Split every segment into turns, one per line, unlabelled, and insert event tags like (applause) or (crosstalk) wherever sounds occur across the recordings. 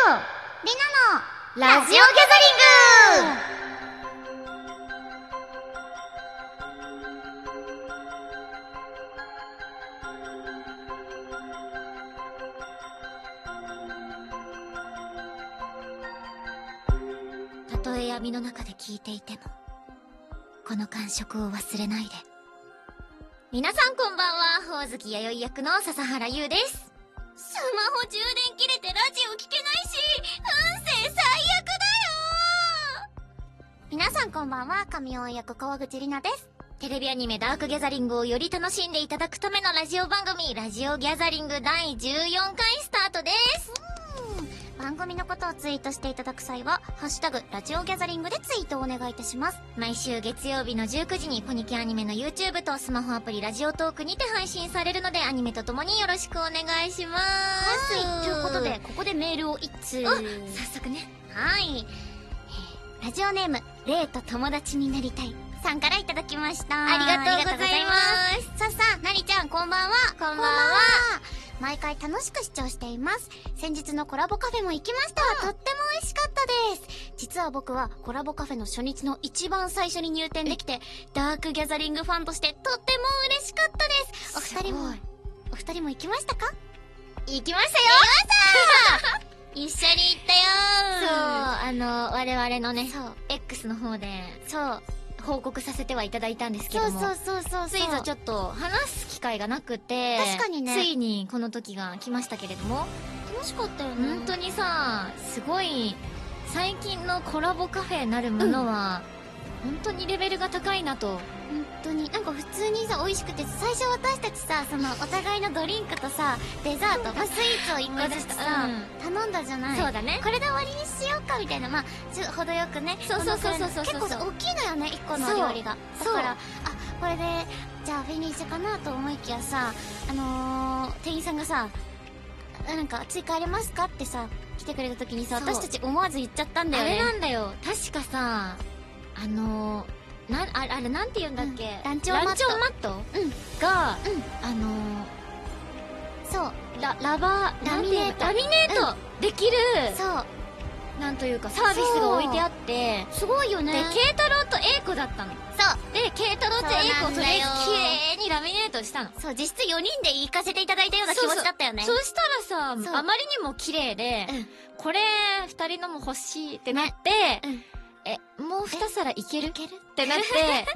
リナのラジオギャザリングたとえ闇の中で聞いていてもこの感触を忘れないで皆さんこんばんはほおずき弥生役の笹原優ですスマホ充電切れてラジオ聞けないし運勢最悪だよ皆さんこんばんは神尾役川口里奈ですテレビアニメダークギャザリングをより楽しんでいただくためのラジオ番組、ラジオギャザリング第14回スタートです。番組のことをツイートしていただく際は、ハッシュタグ、ラジオギャザリングでツイートをお願いいたします。毎週月曜日の19時にポニキアニメの YouTube とスマホアプリラジオトークにて配信されるので、アニメとともによろしくお願いします。
はい、ということで、ここでメールを一通。
あ早速ねはい、えーラジオネーム「レイと友達になりたい」さんからいただきました
ありがとうございま
ありがとうございますさっさなりちゃんこんばんはこんばんは毎回楽しく視聴しています先日のコラボカフェも行きました、とっても美味しかったです実は僕はコラボカフェの初日の一番最初に入店できてダークギャザリングファンとしてとっても嬉しかったですお二人も
す
お二人も行きましたか
行きましたよ行きました一緒に行った
そう、
よ
あの、我々のね、X の方で、そう、報告させてはいただいたんですけども、
そうそうそうそう
ついぞちょっと話す機会がなくて、
確かにね
ついにこの時が来ましたけれども、
楽しかったよね
本当にさ、すごい、最近のコラボカフェなるものは、本当にレベルが高いなと。
本当になんか普通にさ美味しくて最初私たちさそのお互いのドリンクとさデザート、まあ、スイーツを一個ずつさ、頼んだじゃない
そうだね。
これで終わりにしようかみたいなまあちょ程よくね
そうそうそうそうそう
このくらいの結構さ大きいのよね一個
そう
の料理がだ
そう
からあこれでじゃあフィニッシュかなと思いきやさあのー、店員さんがさあなんか追加ありますかってさ来てくれた時にさ
そう
私たち思わず言っちゃったんだ
あ
よね
れなんだよ。確かさ、あの、な、ああれなんて言うんだっけ、
うんランチョンマットうん
ランチョンマットが、
うん
あの、
そう
ララバー
ラミネート
ラミネートできる、
そう
なんというかサービスが置いてあって
すごいよ
で
ね
慶太郎と英子だったの
そう
で慶太郎と英子をとりあえず
そうなんだよ
綺麗にラミネートしたの
そう実質4人で行かせていただいたような気持ちだったよね
そしたら
そう
さあまりにも綺麗で、
うん
これ二人のも欲しいってなって、
うん
えもう二皿いけるっ
ける
てなって (laughs)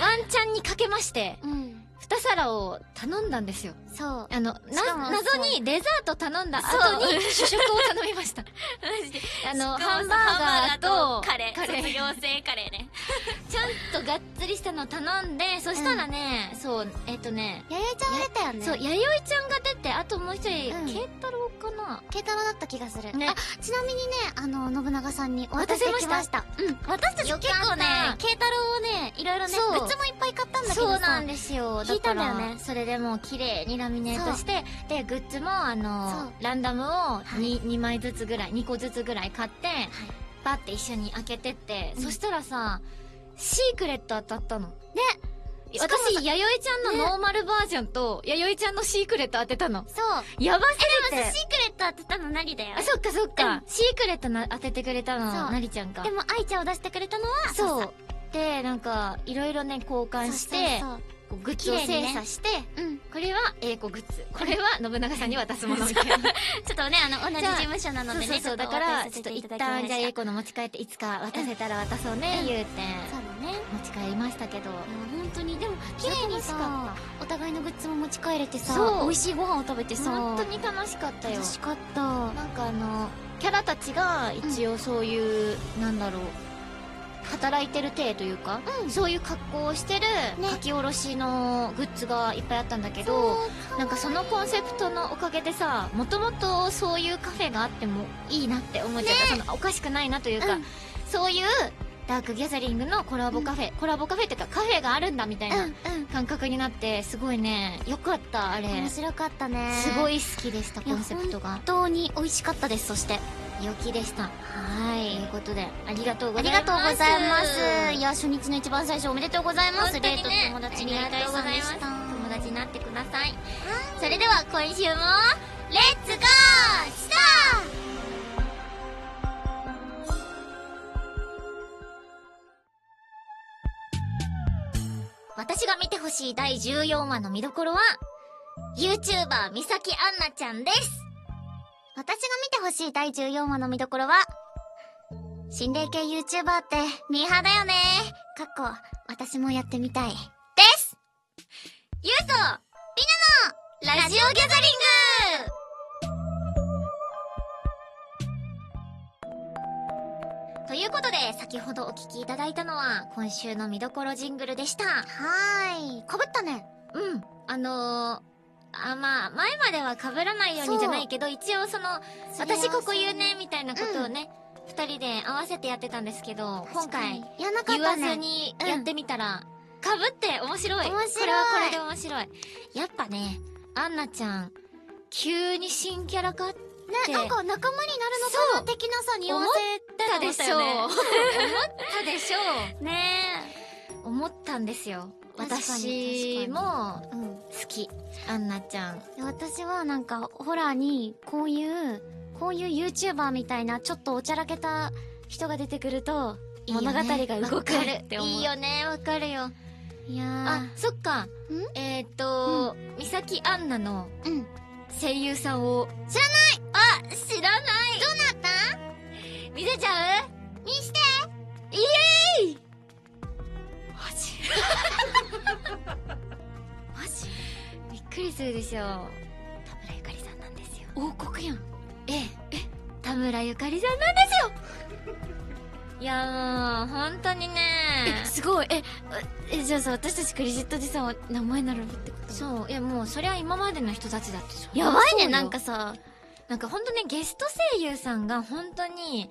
ワンチャンにかけまして
うん
二皿を頼んだんですよ
そう
あの
しかも
な謎にデザート頼んだ後に主食を頼みましたあの、ハンバーガーと、ちゃん
生カレーね
とがっつりしたの頼んで、そしたらね、そう、えっ、とね、
弥生ちゃんが出たよね
そう、弥生ちゃんが出て、あともう一人
うん、
慶、太郎かな
慶太郎だった気がする、
ね
あちなみにねあの信長さんにお渡しできましたうん私たち
よかった
結構ね慶太郎をねいろいろね
そう
グッズもいっぱい買ったんだけどさ
そうなんですよ。
聞いたんだよね
からそれでもう綺麗にラミネートして、で、グッズも、あ
そ
の
う、
ランダムを 2,、
い
2枚ずつぐらい、2個ずつぐらい買って、バッて一緒に開けてって、
うん
そしたらさ、シークレット当たったの。ね
しかもさ
私、弥生ちゃんの
ね
ノーマルバージョンと、弥生ちゃんのシークレット当てたの。
そう
やばすぎ
でも
て
さ。シークレット当てたのなりだよ
あ、そっかそっか。
うん
シークレットな当ててくれた
そ
の、
う
なりちゃんか
で。も愛ちゃんを出してくれたのは
そ
そう
う。で、なんか、いろいろね、交換して、
そう
こうグッズを
綺麗にね
精査して、
そううん
これは英子グッズ。これ
(laughs)
は信長さんに渡すものみたいな。
ちょっとねあの同じ
じゃあ
事務所なの
そう
でね
そう
ち
そう。
ょ
だ
っ
か
とお渡
ら、
しさ
ちょっ
せ
と
てい
一
ただきま
旦、
し
じゃ
た
あ英子の持ち帰って、いつか渡せたら渡そうね
う、ん
言うて、
そうだね
持ち帰りましたけど。
いや本当にでも綺麗に
やっぱ
さお互いのグッズも持ち帰れてさ
そう
美味しいご飯を食べてさ
本当に楽しかったよ
楽。しかった
なんかあの、キャラたちが一応そういう、なんだろう、働いてる体というか、
うん
そういう格好をしてる
ね
書き下ろしのグッズがいっぱいあったんだけど、なんかそのコンセプトのおかげでさ、もともとそういうカフェがあってもいいなって思っちゃった。そのおかしくないなというか、
うん
そういうダークギャザリングのコラボカフェ、コラボカフェっていうかカフェがあるんだみたいな
うんうん
感覚になって、すごいね、よかった、あれ。
面白かったね
すご
い
い好きでした、コンセプトが
本。当に美味しかったですそして
良きでした。
は
ということで、ありがとうご
あ
ざ
り
いま
が
す。
とうございますいや初日の一番最初おめでとうございます
本当
レ
に
イ
ね
と友達になりたいさんでした
ありがとうございます友達になってください。
それでは今週もレッツゴーした
私が見てほしい第14話の見どころは、YouTuber みさきあんなちゃんです。
私が見てほしい第14話の見どころは、心霊系 YouTuber ってミーハーだよね。かっこ、私もやってみたい。です
ゆうと、りなの、ラジオギャザリングということで、先ほどお聞きいただいたのは、今週の見どころジングルでした。
はーい。かぶったね。
うん。あのー、あ、まあ、前までは被らないようにじゃないけど、一応その、私ここ言うね、みたいなことをね、二、人で合わせてやってたんですけど、今
確かに。
回、
言わなかっ
言
た
わ
ね。
ずにやってみたら、被って面白い。
面白い
これはこれで面白い。やっぱね、アンナちゃん、急に新キャラ化って
ね、なんか仲間になるのかな的なさ、匂わ
たでしょう。思
思
っ
った
でしょ
せ。ね
う。思ったんですよ。
確かに
私も
え。うん。
好き。アンナちゃん。
で私はなんかホラーにこういうこういう YouTuber みたいなちょっとおちゃらけた人が出てくると
いいよね
物語が動く
わかる
って思う
いいよね、わかるよ。
いやー
あ、そっか。えーっ、と、美咲アンナの
うん
声優さんを。知らないあ、知らないどうなった見せちゃう見してイエーイマジ (laughs) マジびっくりするでしょう。田村ゆかりさんなんですよ。
王国やん
ええ、え、田村ゆかりさんなんですよいやもう、本当にね。
えすごいええじゃあさ私たちクレジットでさ名前並ぶってこと
そう、いやもう、そりゃ今までの人たちだってそう
やばい
そう
ね
よ
なんかさ
なんか本当ね、ゲスト声優さんが本当に、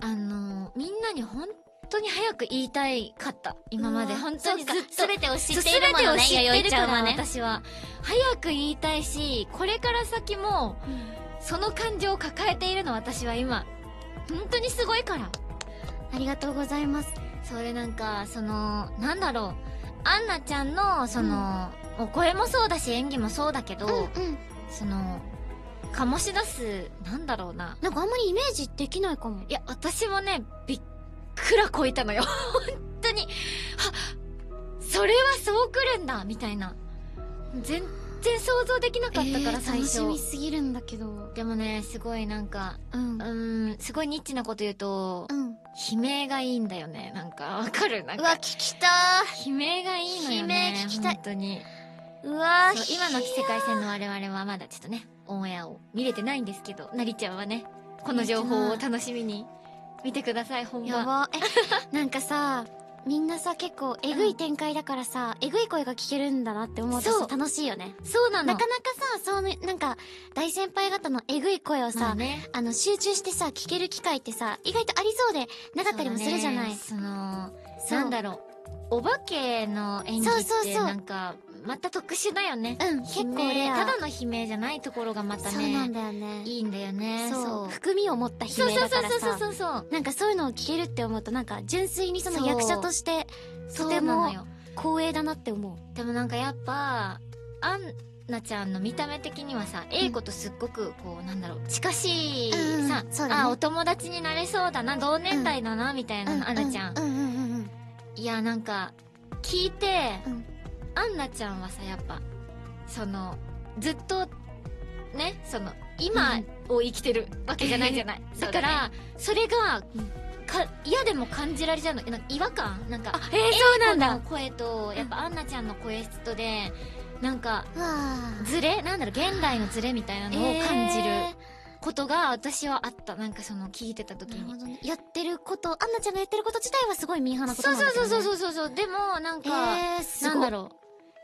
あの、みんなに本当に早く言いたいかった。今まで。
うわ
本当にずっと。
そうか全てを知
そう
っているものね
全てを知っ
弥
て
生
る
ち
か
ゃん
ら、
はね
私は。早く言いたいし、これから先も、その感情を抱えているの、私は今。本当にすごいから。
ありがとうございます
それなんか、その、なんだろう。アンナちゃんの、その、お声もそうだし、演技もそうだけど、
うん
その、醸し出す、なんだろうな。
なんかあんまりイメージできないかも
いや、私もね、びっくらこいたのよ。 (laughs) 本当に。あ、それはそう来るんだ、みたいな。全然想像できなかったから、
えー
最初。
楽しみすぎるんだけど
でもね、すごいなんか、
うん
うーん、すごいニッチなこと言うと、
うん
悲鳴がいいんだよね。なんか、わかるなん
うわ
か、
聞きた
悲鳴がいいのよね。
悲鳴聞きたい
本当に。
ーうわ
そう今の世界線の我々はまだちょっとね、オンエアを見れてないんですけど、なりちゃんはね、この情報を楽しみに見てください、本
や
番。
ば。え、なんかさ、みんなさ、結構、えぐい展開だからさ、えぐい声が聞けるんだなって思うと
そう
さ、楽しいよね。
そうな
な
の。
かなかさ、そうね、なんか、大先輩方のえぐい声を
ま
さ、
あね、
あの、集中してさ、聞ける機会ってさ、意外とありそうで、なかったりもするじゃない。
そうだねそ
そ
の、
う
なんだろう。お化けの演技
そう
っ
そう
て
そう
なんか、また特殊だよね。
うん、結構レ
悲鳴
ア。
ただの悲鳴じゃないところがまた
そうなん
ね、
だよね。
いいんだよね。
そう。含みを持った悲
そう
鳴
そ
だ
うそ
か
う
ら
そうそ
さ、
うそうそう。
なんかそういうのを聞けるって思うと、なんか、純粋にそ
そ
の
う
役者として、とて
そうなの
も
よ
光栄だなって思う。
でもなんかやっぱ、アンナちゃんの見た目的にはさ、英子とすっごくこう、なんだろう、近しい
うん
さ、
そうだね
あ、お友達になれそうだな、同年代だな、みたいなの、アンナちゃん
う。んうんうんうん。
いやなんか聞いて、
うん
アンナちゃんはさやっぱそのずっとねその今を生きてるわけじゃないじ
(laughs)
ゃない、だからそれが、
うん
か嫌でも感じられちゃうのなんか違和感なんか
あ、えー、そうなん
アン
だ
ナ。の声とやっぱアンナちゃんの声質とでなんか
うわー
ズレなんだろう現代のズレみたいなのを感じることが私はあったなんかその聞いてた時
なる
に
ほどね。やってること、アンナちゃんがやってること自体はすごいミーハーなこと
そう
なんだけど、
そう
ね。
そう
う。
そうそうそうでもなん
え
か、
ー、すご
ないんだろ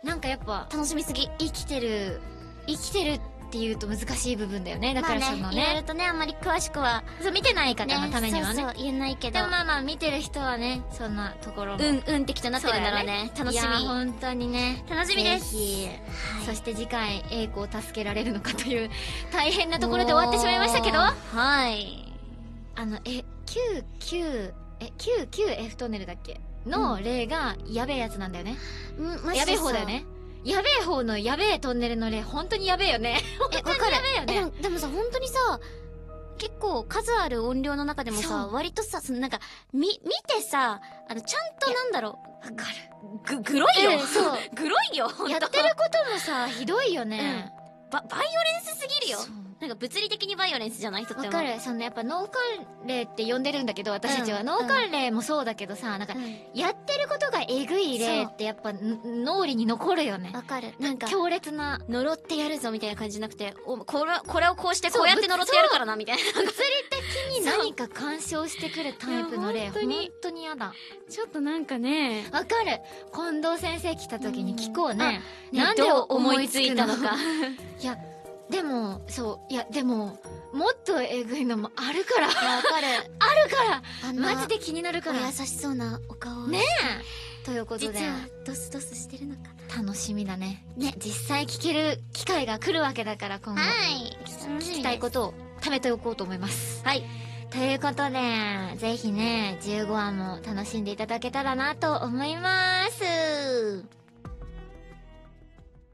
う。なんかやっぱ、
楽しみすぎ。
生きてる、生きてるっていうと難しい部分だよね。だからその
まあね、いろいろ
ね。
とね、あんまり詳しくは、
そう、見てない方のためにはね。
そうそう、言えないけど。
でもまあまあ、見てる人はね、そんなところも。
うんうんってきっとなってるんだろうね。楽し
いやー
み。
本当にね。
楽しみです
ぜひ
はい
そして次回、英子を助けられるのかという、 (laughs) 大変なところで終わってしまいましたけど、
もう
あ
はい。
の、え、99、え、99F トンネルだっけの例が、やべえやつなんだよね。
うん、マジでさ
やべえ方だよ。ね。やべえ方の (laughs) やべえトンネルの例、本当にやべえよね。
え、わかる。
やべえよね
えでもでもさ、本当にさ、結構数ある音量の中でも
そ
さ、
う
割とさ、そのなんか、み、見てさ、あの、ちゃんとなんだろう。
わかる。
ぐ、グロいよ、
ええそう
(laughs) グロいよほんと
やってることもさ、ひどいよね。
バ、バイオレンスすぎるよ
そう
なんか物理的にバイオレンスじゃない人って
わ
も
かる。そのやっぱ脳関連って呼んでるんだけど、私たちは
うん
脳関連もそうだけどさ、なんか
う、ん
やってることがえぐい例ってやっぱん脳裏に残るよね。
わかる。な
なん
んか
か、強烈な
呪ってやるぞみたいな感じじゃなくて、おこれ、これをこうして
そう
こうやって呪ってやるからな、みたいな。
に何か干渉してくるタイプの
い
例
や本
本当
当
に
に
嫌だ
ちょっとなんかね、
わかる近藤先生来た時に聞こうね,、
ね
なんで
どう
思
思
い
い
つ
つ
い
いた
たの
の
か
か。
いやでもそういやでももっとえぐいのもあるから
いやわかる。
あるから
あんな
(laughs) マジで気になるか
お
ら
優しそうなお顔を
ねえということで
実はドスドスしてるのか
楽しみだね
ね
実際聞ける機会が来るわけだから今後
はい
聞きたいことを貯めておこうと思います
はい
ということで、ぜひね、15話も楽しんでいただけたらなと思います。